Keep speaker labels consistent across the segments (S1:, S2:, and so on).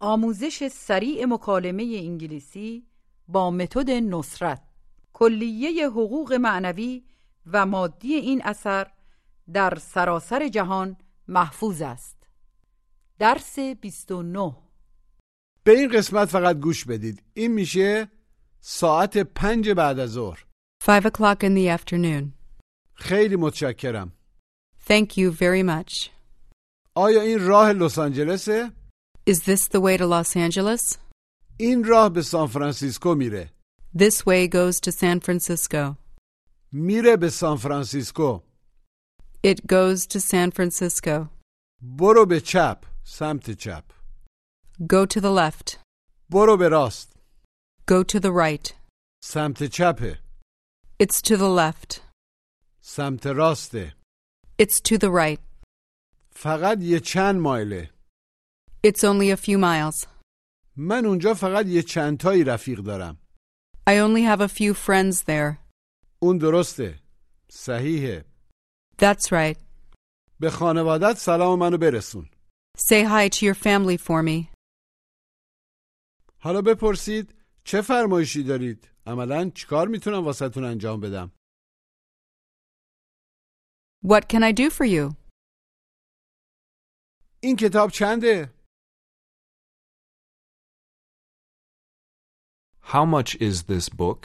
S1: آموزش سریع مکالمه انگلیسی با متد نصرت کلیه حقوق معنوی و مادی این اثر در سراسر جهان محفوظ است درس 29
S2: به این قسمت فقط گوش بدید این میشه ساعت پنج بعد از ظهر
S3: Five o'clock in the afternoon.
S2: خیلی متشکرم
S3: Thank you very much.
S2: آیا این راه لس آنجلسه
S3: Is this the way to Los Angeles?
S2: این راه به سان فرانسیسکو میره
S3: This way goes to San Francisco.
S2: میره به سان فرانسیسکو
S3: It goes to San Francisco.
S2: برو به چپ سمت چپ
S3: Go to the left.
S2: برو به راست
S3: Go to the right.
S2: سمت چپه
S3: It's to the left.
S2: سمت راسته
S3: It's to the right.
S2: فقط یه چند مایله
S3: It's only a few miles.
S2: من اونجا فقط یه چند تایی رفیق دارم
S3: I only have a few friends there.
S2: اون درسته صحیحه
S3: That's right.
S2: به خانوادت سلام منو برسون
S3: Say hi to your family for me.
S2: حالا بپرسید چه فرمایشی دارید؟ عملا چیکار میتونم واسهتون انجام بدم؟
S3: What can I do for you?
S2: این کتاب چنده؟
S4: How much is this book?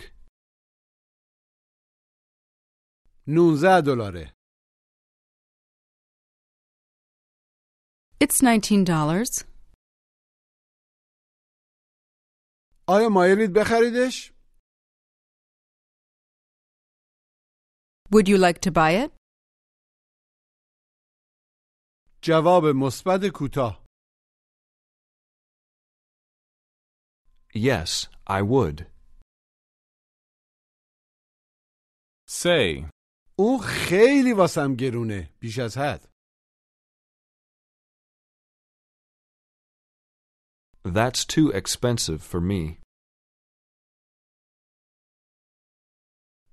S2: 19 دلاره.
S3: It's $19.
S2: آیا مایلید بخریدش؟
S3: Would you like to buy it?
S2: جواب مثبت کوتاه.
S4: Yes, I would.
S5: Say,
S2: اون خیلی واسم گرونه بیش از حد.
S4: That's too expensive for me.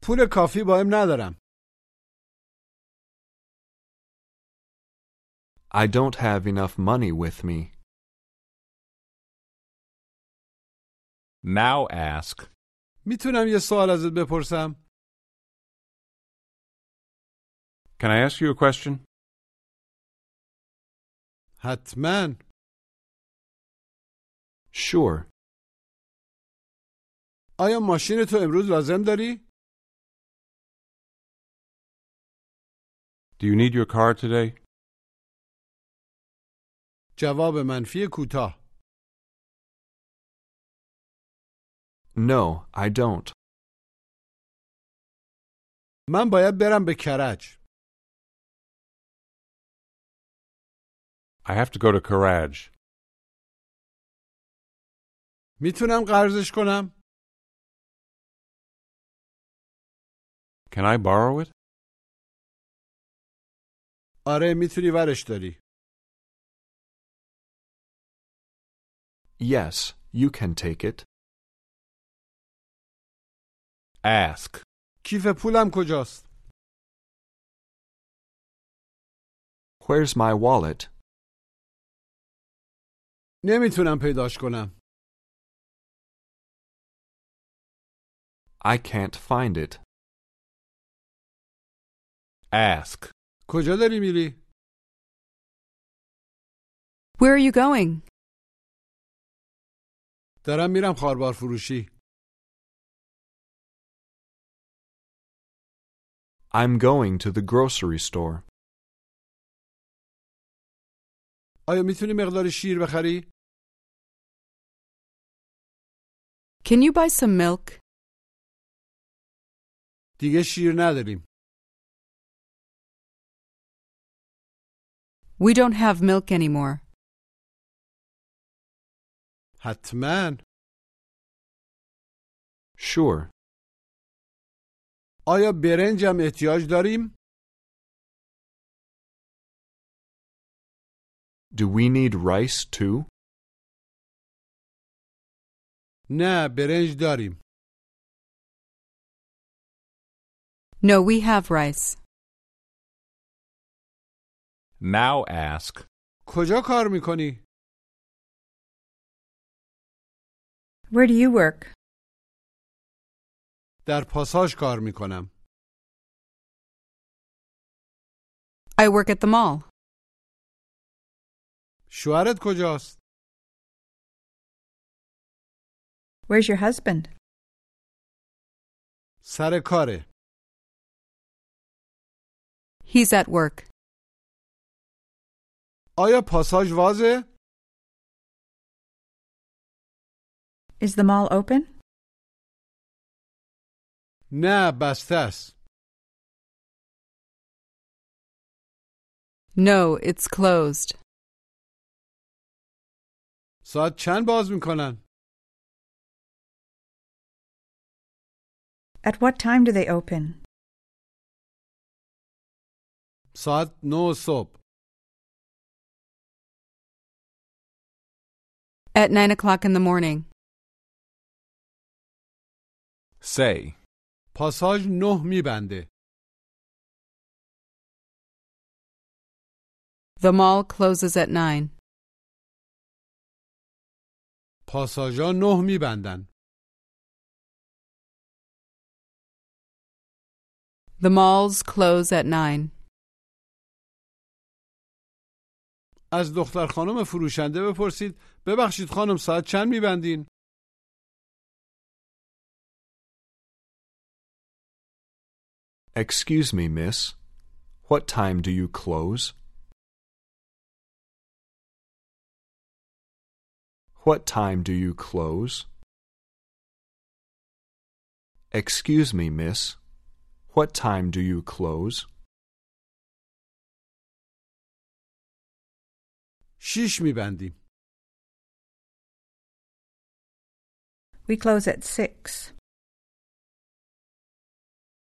S2: پول کافی با هم ندارم.
S4: I don't have enough money with me.
S5: now ask.
S2: میتونم یه سوال ازت بپرسم؟
S5: Can I ask you a question?
S2: حتما.
S4: Sure.
S2: آیا ماشین تو امروز لازم داری؟
S5: Do you need your car today?
S2: جواب منفی کوتاه.
S4: No, I don't.
S2: من باید برم به کرج.
S5: I have to go to Karaj.
S2: میتونم قرضش کنم؟
S5: Can I borrow it?
S2: آره میتونی ورش داری.
S4: Yes, you can take it.
S5: Ask.
S2: کیف پولم کجاست؟
S4: Where's my wallet?
S2: نمیتونم پیداش کنم.
S4: I can't find it.
S5: Ask.
S2: کجا داری میری؟
S3: Where are you going?
S2: دارم میرم خاربار فروشی.
S4: I'm going to the grocery store.
S2: آیا میتونی مقدار شیر بخری؟
S3: Can you buy some milk?
S2: دیگه شیر نداریم.
S3: We don't have milk anymore.
S2: حتما
S4: Sure.
S2: آیا برنجم احتیاج داریم؟
S4: Do we need rice too?
S2: نه برنج داریم
S3: No, we have rice.
S5: Now ask.
S2: کجا کار میکنی؟
S6: Where do you work?
S2: در پاساژ کار میکنم
S3: I work at the mall.
S2: شوهرت کجاست؟
S6: Where's your husband?
S2: سر کاره
S3: He's at work.
S2: آیا پاساژ وازه؟
S6: Is the mall open?
S2: نه بسته است
S3: No, it's closed.
S2: ساعت چند باز میکنن؟
S6: At what time do they open?
S2: ساعت نه صبح
S3: At nine o'clock in the morning.
S5: Say.
S2: پاساژ نه میبنده
S3: The mall closes at nine.
S2: پاساژا نه میبندن
S3: The malls close at nine.
S2: از دختر خانم فروشنده بپرسید ببخشید خانم ساعت چند میبندین؟
S4: Excuse me, miss. What time do you close? What time do you close? Excuse me, miss. What time do you close?
S2: شیش میبندیم
S6: We close at six.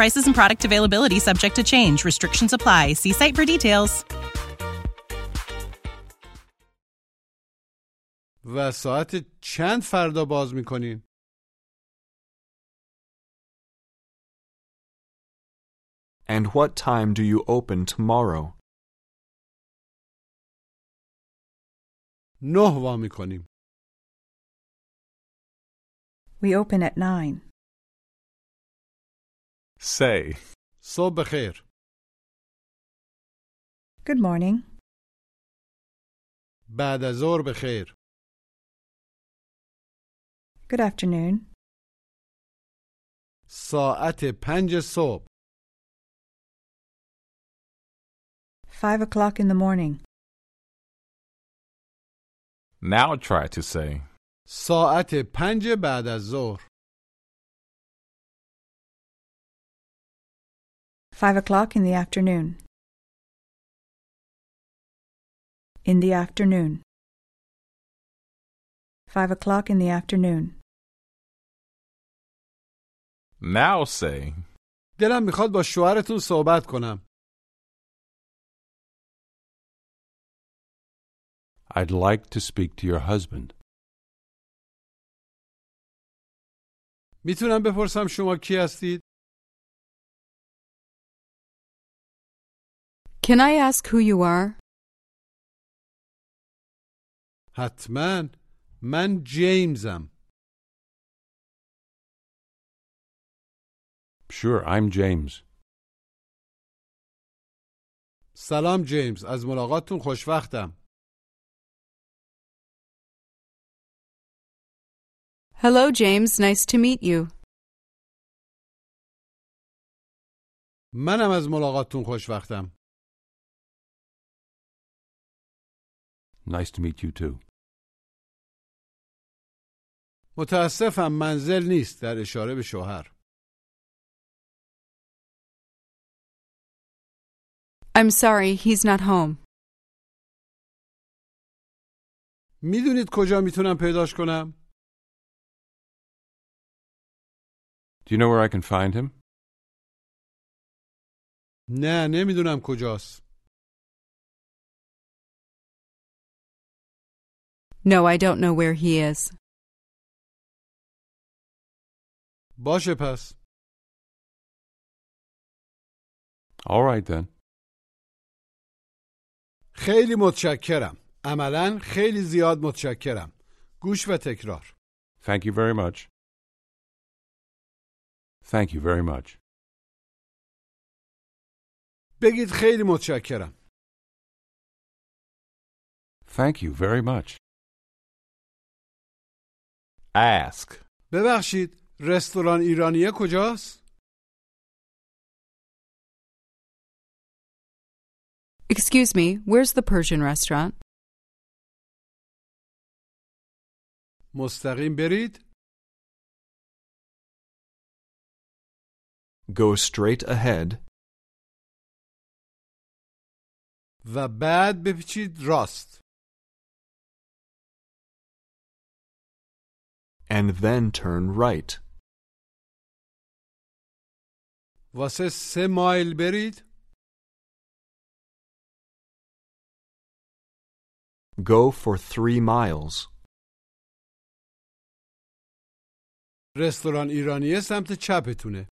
S7: Prices and product availability subject to change. Restrictions apply. See site for details.
S2: و ساعت چند فردا باز میکنین؟
S4: And what time do you open tomorrow?
S2: نه وا میکنیم
S6: We open at nine.
S5: Say.
S2: صبح بخیر
S6: Good morning.
S2: بعد از ظهر بخیر
S6: Good afternoon.
S2: ساعت پنج صبح
S6: Five o'clock in the morning.
S5: Now try to say.
S2: ساعت پنج بعد از ظهر
S6: Five o'clock in the afternoon. In the afternoon. Five o'clock in the afternoon.
S5: Now say.
S2: دلم میخواد با شوهرتون صحبت کنم
S5: I'd like to speak to your husband.
S2: میتونم بپرسم شما کی هستید؟
S3: Can I ask who you are?
S2: حتما من جیمزم
S5: Sure, I'm James.
S2: سلام جیمز از ملاقاتتون خوشوقتم
S3: Hello, James. Nice to meet you.
S2: منم از ملاقاتتون خوشوقتم
S5: Nice to meet you too.
S2: متاسفم منزل نیست در اشاره به شوهر
S3: I'm sorry, he's not home.
S2: میدونید کجا میتونم پیداش کنم؟
S5: Do you know where I can find him?
S2: نه نمیدونم کجاست
S3: No, I don't know where he is.
S2: باشه پس
S5: All right then.
S2: خیلی متشکرم عملا خیلی زیاد متشکرم گوش و تکرار
S5: Thank you very much. Thank you very much.
S2: بگید خیلی متشکرم
S5: Thank you very much.
S4: Ask.
S2: ببخشید رستوران ایرانیه کجاست؟
S3: Excuse me, where's the Persian restaurant?
S2: مستقیم برید
S4: Go straight ahead
S2: و بعد بپیچید راست
S4: and then turn right.
S2: واسه سه مایل برید
S4: Go for three miles.
S2: رستوران ایرانیه سمت چپتونه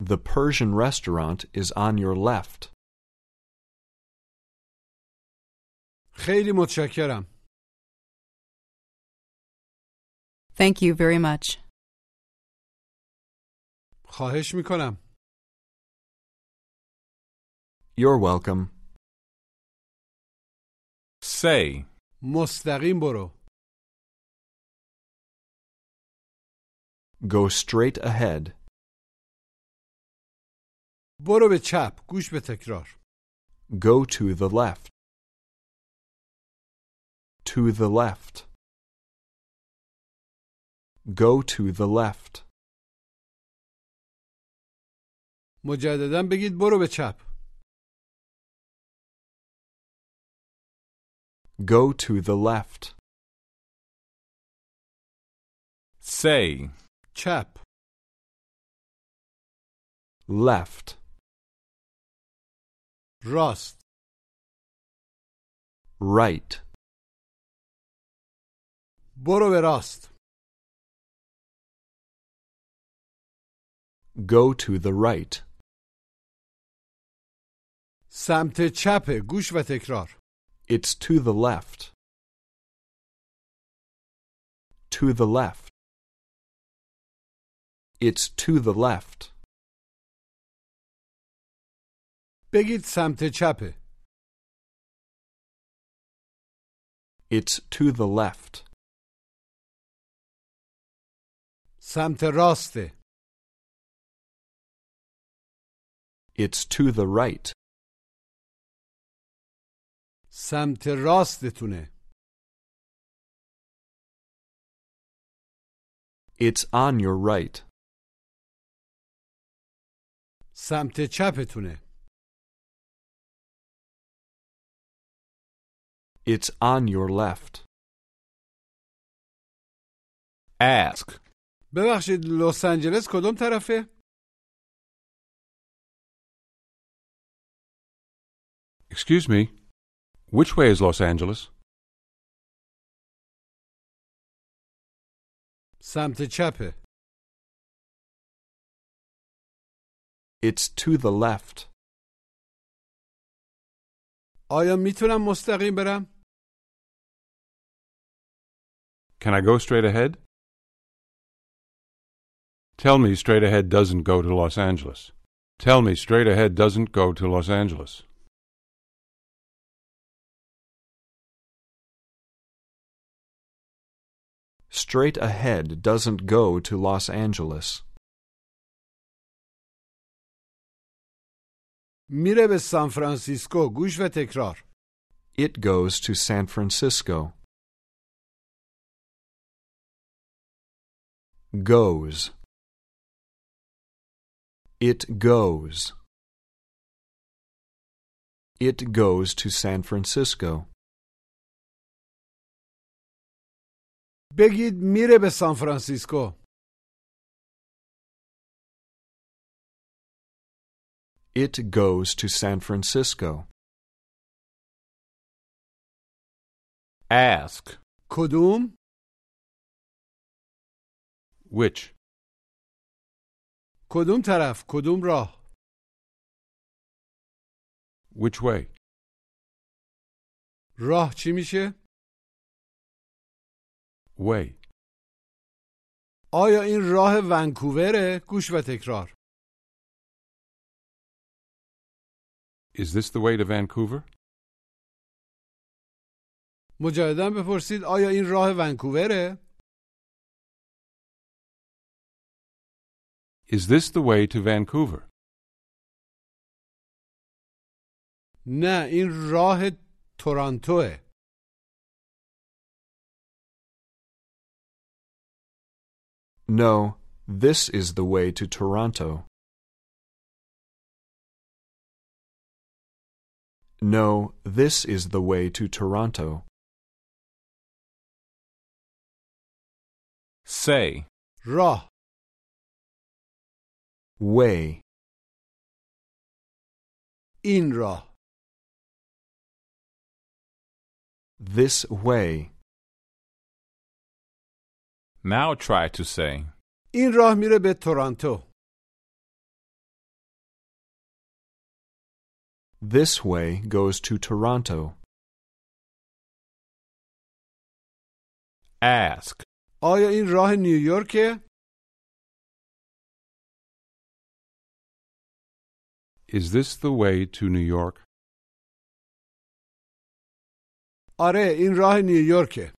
S4: The Persian restaurant is on your left.
S2: خیلی متشکرم
S3: Thank you very much.
S2: خواهش میکنم
S4: You're welcome.
S5: Say.
S2: مستقیم برو
S4: Go straight ahead.
S2: برو به چپ گوش به تکرار
S4: Go to the left. To the left. Go to the left.
S2: مجددا بگید برو به چپ
S4: Go to the left.
S5: Say.
S2: چپ
S4: Left.
S2: راست
S4: Right.
S2: برو به راست
S4: Go to the right.
S2: سمت چپ گوش و تکرار
S4: It's to the left. To the left. It's to the left.
S2: بگید سمت چپه
S4: It's to the left.
S2: سمت راسته
S4: It's to the right.
S2: سمت راستتونه
S4: It's on your right.
S2: سمت چپتونه
S4: It's on your left. Ask.
S2: ببخشید لس آنجلس کدوم طرفه
S5: Excuse me. Which way is Los Angeles?
S2: سمت چپه
S4: It's to the left.
S2: آیا میتونم مستقیم برم
S5: Can I go straight ahead? Tell me straight ahead doesn't go to Los Angeles. Tell me straight ahead doesn't go to Los Angeles.
S4: Straight ahead doesn't go to Los Angeles.
S2: میره به سان فرانسیسکو گوش و تکرار
S4: It goes to San Francisco. Goes. It goes. It goes to San Francisco.
S2: بگید میره به سان فرانسیسکو
S4: It goes to San Francisco.
S5: Ask.
S2: کدوم
S5: Which?
S2: کدوم طرف کدوم راه
S5: Which way?
S2: راه چی میشه
S5: Way.
S2: آیا این راه ونکووره گوش و تکرار
S5: Is this the way to Vancouver?
S2: مجددا بپرسید آیا این راه ونکووره
S5: Is this the way to Vancouver?
S2: نه این راه تورانتوه
S4: No, this is the way to Toronto. No, this is the way to Toronto.
S8: Say.
S2: راه
S4: Way.
S2: این راه
S4: This way.
S8: Now try to say.
S2: این راه میره به تورانتو
S4: This way goes to Toronto.
S8: Ask.
S2: آیا این راه نیویورکه
S5: Is this the way to New York?
S2: آره این راه نیویورکه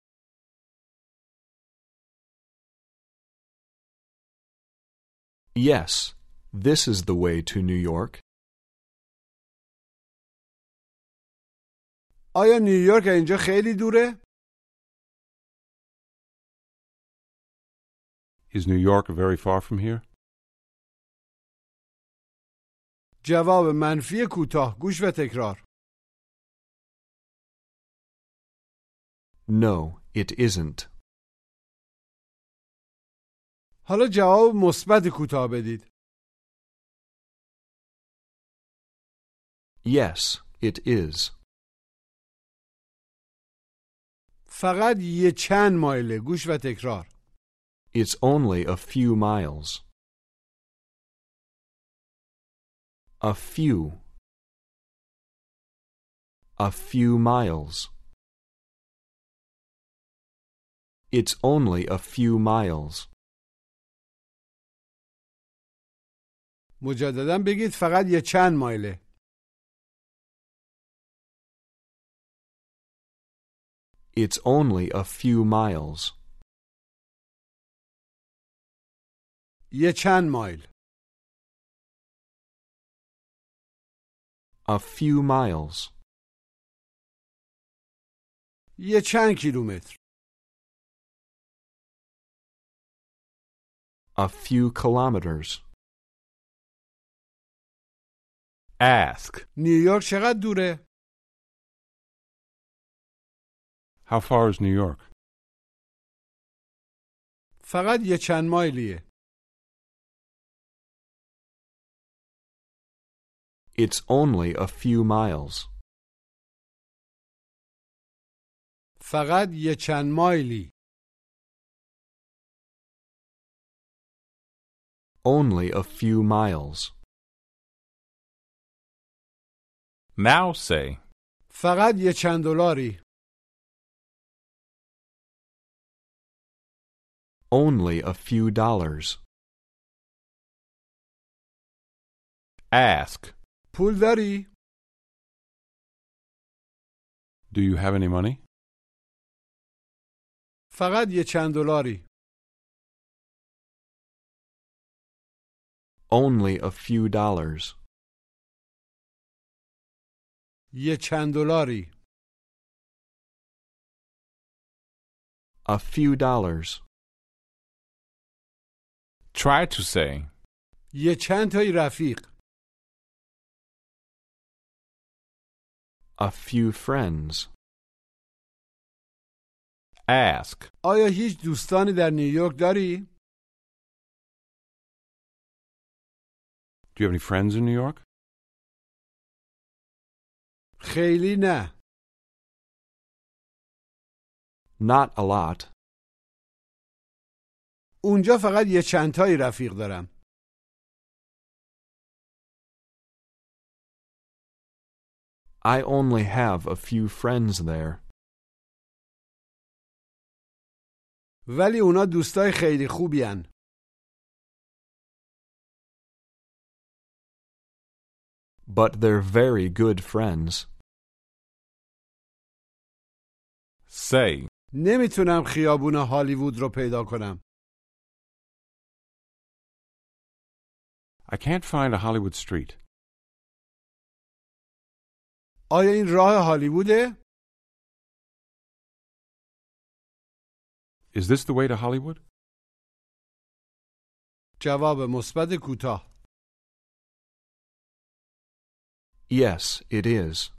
S4: Yes, this is the way to New York.
S2: آیا نیویورک از اینجا خیلی دوره
S5: Is New York very far from here?
S2: جواب منفی کوتاه گوش و تکرار
S4: No, it isn't.
S2: حالا جواب مثبت کوتاه بدید
S4: Yes, it is.
S2: فقط یه چند مایله گوش و تکرار
S4: It's only a few miles. A few. A few miles. It's only a few miles.
S2: مجددا بگید فقط یه چند مایله
S4: It's only a few miles.
S2: یه چند مایل
S4: A few miles.
S2: یه چند کیلومتر
S4: A few kilometers.
S8: Ask.
S2: نیویورک چقدر دوره
S5: How far is New York?
S2: فقط یه چند مایلیه
S4: It's only a few miles.
S2: فقط یه چند مایلی
S4: Only a few miles.
S8: Now say.
S2: فقط یه چند دلاری
S4: Only a few dollars.
S8: Ask.
S2: پول داری
S5: Do you have any money?
S2: فقط یه چند دلاری.
S4: Only a few dollars.
S2: یه چند دلاری.
S4: A few dollars.
S8: Try to say.
S2: یه چند تای رفیق.
S4: A few friends.
S8: Ask.
S2: آیا هیچ دوستانی در نیویورک داری؟
S5: Do you have any friends in New York?
S2: خیلی نه.
S4: Not a lot.
S2: اونجا فقط یه چند تایی رفیق دارم.
S4: I only have a few friends there,
S2: ولی اونا دوستای خیلی خوبی هن.
S4: but they're very good friends.
S8: Say.
S2: نمیتونم خیابون هالیوود رو پیدا کنم.
S5: I can't find a Hollywood street.
S2: آیا این راه هالیووده؟
S5: Is this the way to Hollywood?
S2: جواب مثبت کوتاه.
S4: Yes, it is.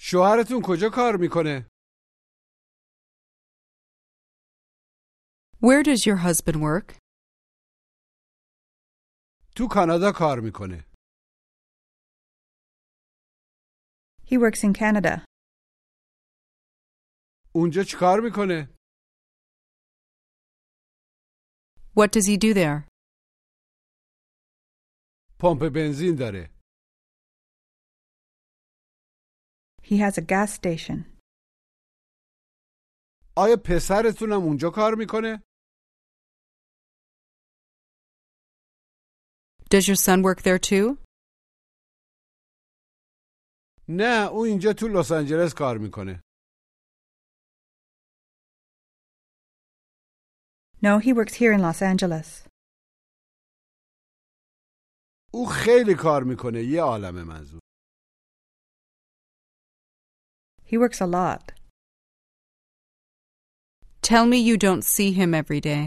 S2: شوهرتون کجا کار میکنه؟
S3: Where does your husband work?
S2: تو کانادا کار میکنه.
S6: He works in Canada.
S2: اونجا چیکار میکنه؟
S3: What does he do there?
S2: پمپ بنزین داره.
S6: He has a gas station.
S2: آیا پسرتونم اونجا کار میکنه؟
S3: Does your son work there too?
S2: نه، او اینجا تو لس آنجلس کار میکنه.
S6: No, he works here in Los Angeles.
S2: او خیلی کار میکنه، یه عالم منظور.
S6: He works a lot.
S3: Tell me you don't see him every day.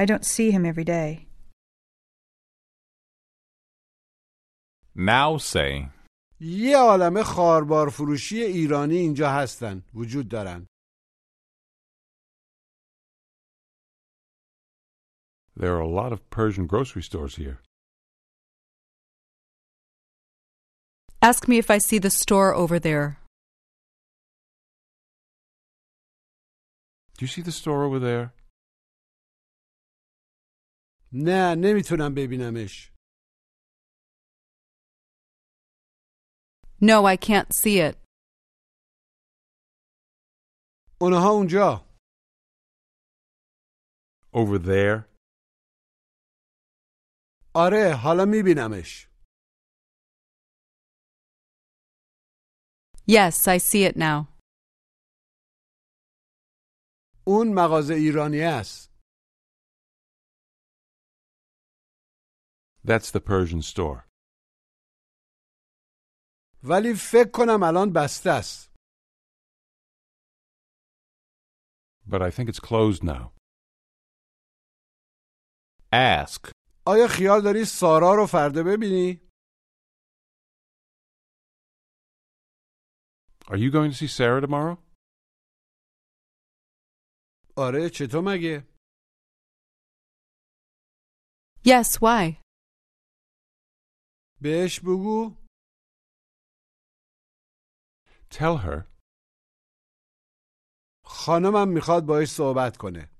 S6: I don't see him every day.
S8: Now say.
S2: یه عالم خاربار فروشی ایرانی اینجا هستن، وجود دارن.
S5: There are a lot of Persian grocery stores here.
S3: Ask me if I see the store over there.
S5: Do you see the store over there?
S2: نه، نمیتونم ببینمش.
S3: No, I can't see it.
S2: اونها اونجا.
S5: Over there?
S2: آره، حالا میبینمش.
S3: Yes, I see it now.
S2: اون مغازه ایرانی است.
S5: That's the Persian store.
S2: ولی فکر کنم الان بسته است.
S5: But I think it's closed now.
S8: Ask.
S2: آیا خیال داری سارا رو فردا ببینی؟
S5: Are you going to see Sarah tomorrow?
S2: آره، چطور مگه؟
S3: Yes, why?
S2: بهش بگو
S5: Tell her
S2: خانمم میخواد باهاش صحبت کنه.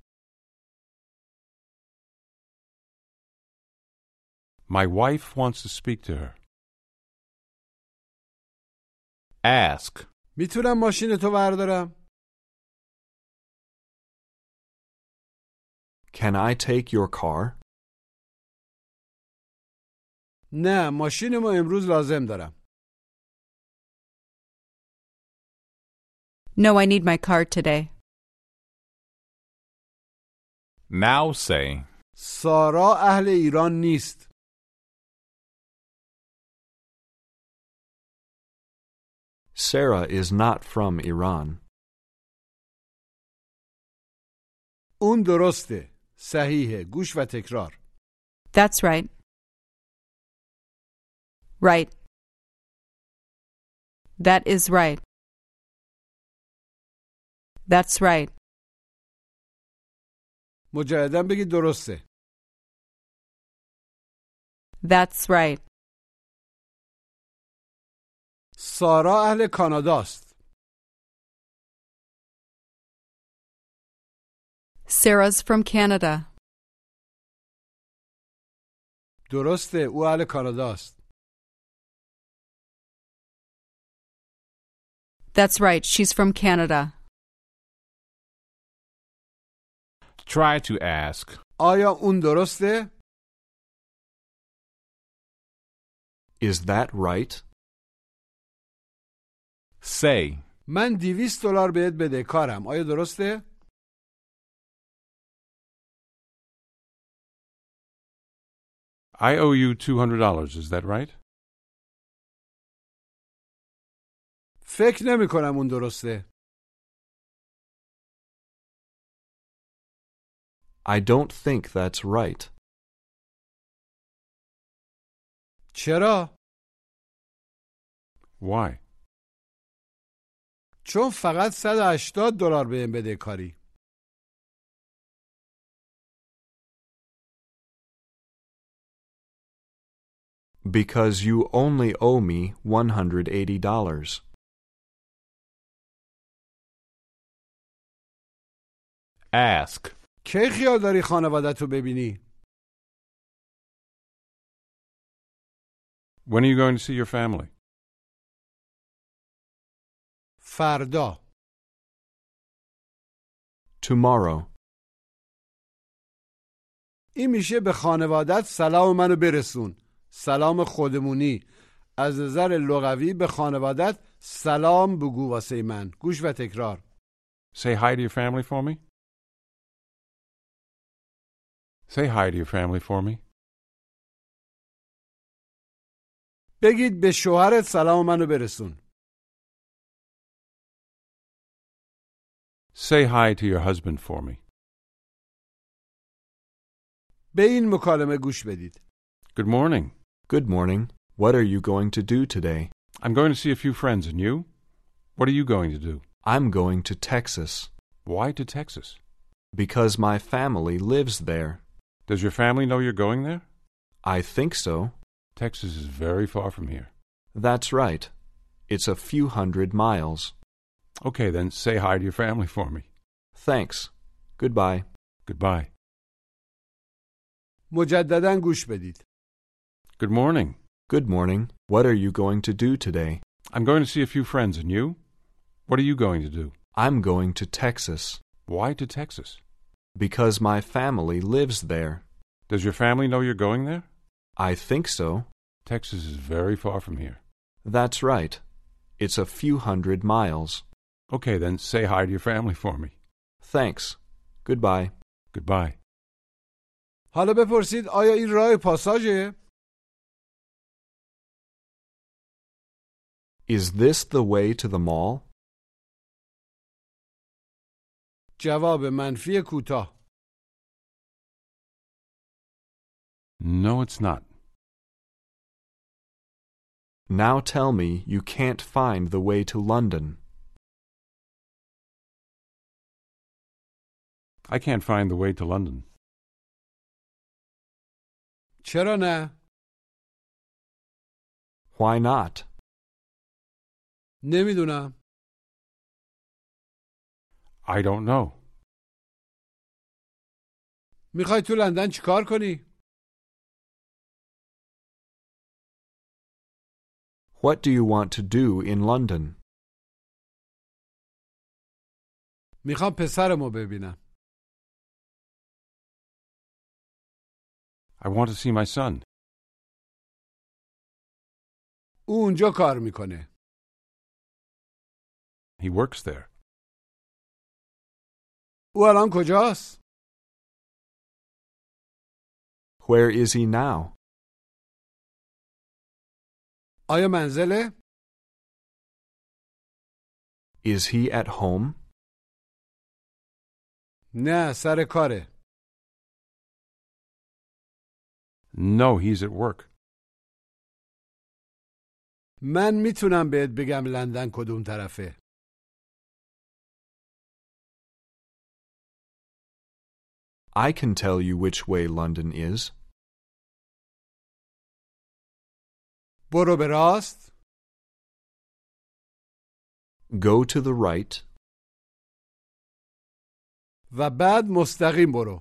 S5: my wife wants to speak to her.
S8: Ask.
S2: میتونم ماشین تو بردارم؟
S4: Can I take your car?
S2: نه، ماشین ما امروز لازم دارم.
S3: No, I need my card today.
S8: Now say,
S2: سارا اهل ایران نیست.
S4: Sarah is not from Iran.
S2: اون درسته. صحیحه. گوش و تکرار.
S3: That's right. Right. That is right. That's right.
S2: مجددا بگید درسته.
S3: That's right.
S2: سارا اهل کاناداست.
S3: Sarah's from Canada.
S2: درسته. او اهل کاناداست.
S3: That's right. She's from Canada.
S8: try to ask.
S2: آیا اون درسته؟
S4: Is that right?
S8: Say,
S2: من دیویست دلار بهت بده کارم. آیا درسته؟
S5: I owe you $200, is that right?
S2: فکر نمی کنم اون درسته.
S4: I don't think that's right.
S2: چرا؟
S5: Why?
S2: چون فقط 180 دلار بهم بده کاری.
S4: Because you only owe me $180.
S8: ask.
S2: کی خیال داری خانوادت رو ببینی؟
S5: When are you going to see your family?
S2: فردا
S4: Tomorrow.
S2: این میشه به خانوادت سلام منو برسون سلام خودمونی از نظر لغوی به خانوادت سلام بگو واسه من گوش و تکرار
S5: Say hi to your family for me. Say hi to your family for me.
S2: بگید به شوهرت سلام منو برسون
S5: Say hi to your husband for me.
S2: به این مکالمه گوش بدید
S5: Good morning.
S4: Good morning. What are you going to do today?
S5: I'm going to see a few friends, and you? What are you going to do?
S4: I'm going to Texas
S5: Why to Texas?
S4: because my family lives there.
S5: Does your family know you're going there?
S4: I think so.
S5: Texas is very far from here.
S4: That's right. It's a few hundred miles.
S5: Okay, then say hi to your family for me.
S4: Thanks. Goodbye.
S5: Goodbye.
S2: مجددا گوش بدید
S5: Good morning.
S4: Good morning. What are you going to do today?
S5: I'm going to see a few friends, and you? What are you going to do?
S4: I'm going to Texas
S5: Why to Texas?
S4: because my family lives there.
S5: Does your family know you're going there?
S4: I think so.
S5: Texas is very far from here.
S4: That's right. It's a few hundred miles.
S5: Okay, then say hi to your family for me.
S4: Thanks. Goodbye.
S5: Goodbye.
S2: حالا بپرسید آیا این راه پاساژه؟
S4: Is this the way to the mall?
S2: جواب منفی کوتاه
S5: No, it's not.
S4: Now tell me you can't find the way to London.
S5: I can't find the way to London
S2: چرا نه؟
S4: Why not?
S2: نمیدونم
S5: I don't know.
S2: میخوای تو لندن چیکار کنی؟
S4: What do you want to do in London?
S2: میخوام پسرمو ببینم
S5: I want to see my son.
S2: او اونجا کار میکنه
S5: He works there.
S2: او الان کجاست؟
S4: Where is he now?
S2: آیا منزله؟
S4: Is he at home?
S2: نه سر کاره
S5: No, he's at work.
S2: من میتونم بهت بگم لندن کدوم طرفه
S4: I can tell you which way London is.
S2: برو به راست
S4: Go to the right
S2: و بعد مستقیم برو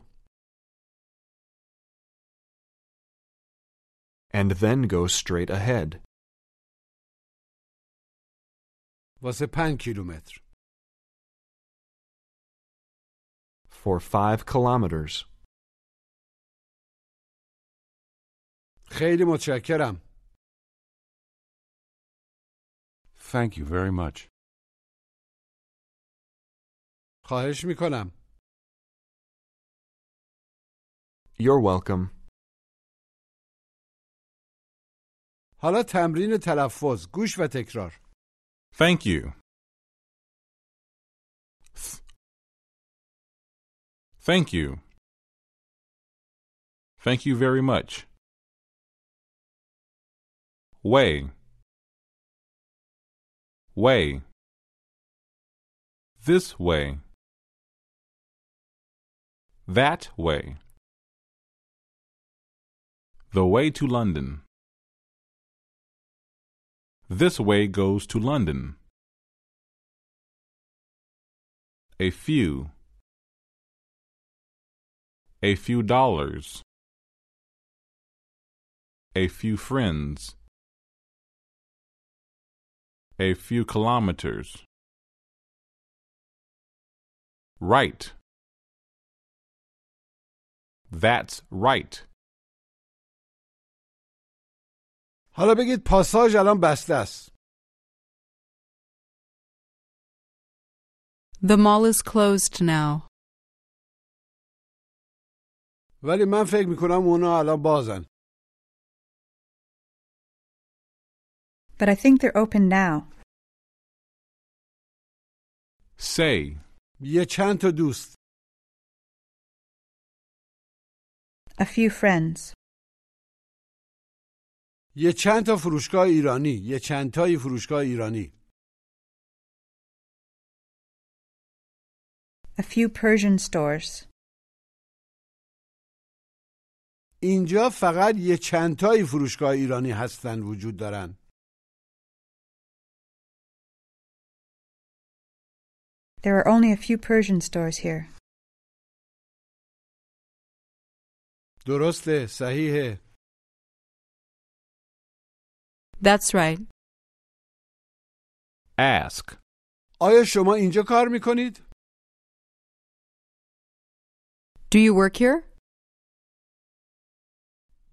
S4: and then go straight ahead.
S2: واسه پنج کیلومتر
S4: For five kilometers.
S2: خیلی متشکرم
S5: Thank you very much.
S2: خواهش میکنم
S4: You're welcome.
S2: حالا تمرین تلفظ گوش و تکرار
S8: Thank you. Th- Thank you. Thank you very much. Way. Way. This way. That way. The way to London. This way goes to London. A few. A few dollars. A few friends. A few kilometers. Right. That's right.
S2: حالا بگید پاساژ الان بسته است
S3: The mall is closed now.
S2: ولی من فکر میکنم اونا الان بازن
S6: But I think they're open now.
S8: Say.
S2: یه چند تا دوست
S6: A few friends.
S2: یه چند تا فروشگاه ایرانی یه چند تایی فروشگاه ایرانی
S6: A few Persian stores.
S2: اینجا فقط یه چند تایی فروشگاه ایرانی هستن وجود دارن
S6: There are only a few Persian stores here.
S2: درسته صحیحه
S3: That's right.
S8: Ask.
S2: آیا شما اینجا کار میکنید؟
S3: Do you work here?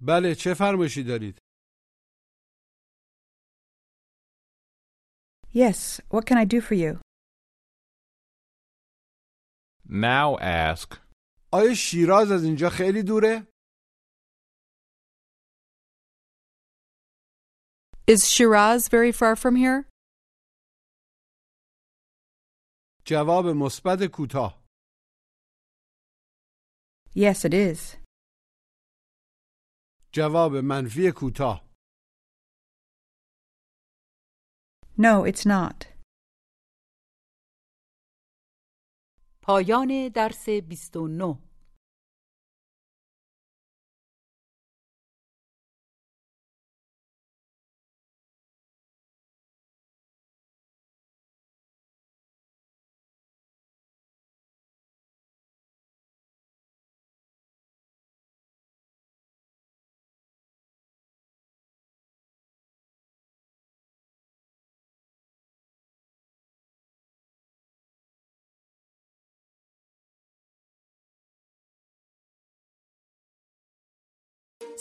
S2: بله چه فرمایشی دارید؟
S6: Yes, what can I do for you?
S8: Now ask.
S2: آیا شیراز از اینجا خیلی دوره؟
S3: Is Shiraz very far from here?
S2: جواب مثبت کوتاه
S6: Yes, it is.
S2: جواب منفی کوتاه
S6: No, it's not.
S1: پایان درس 29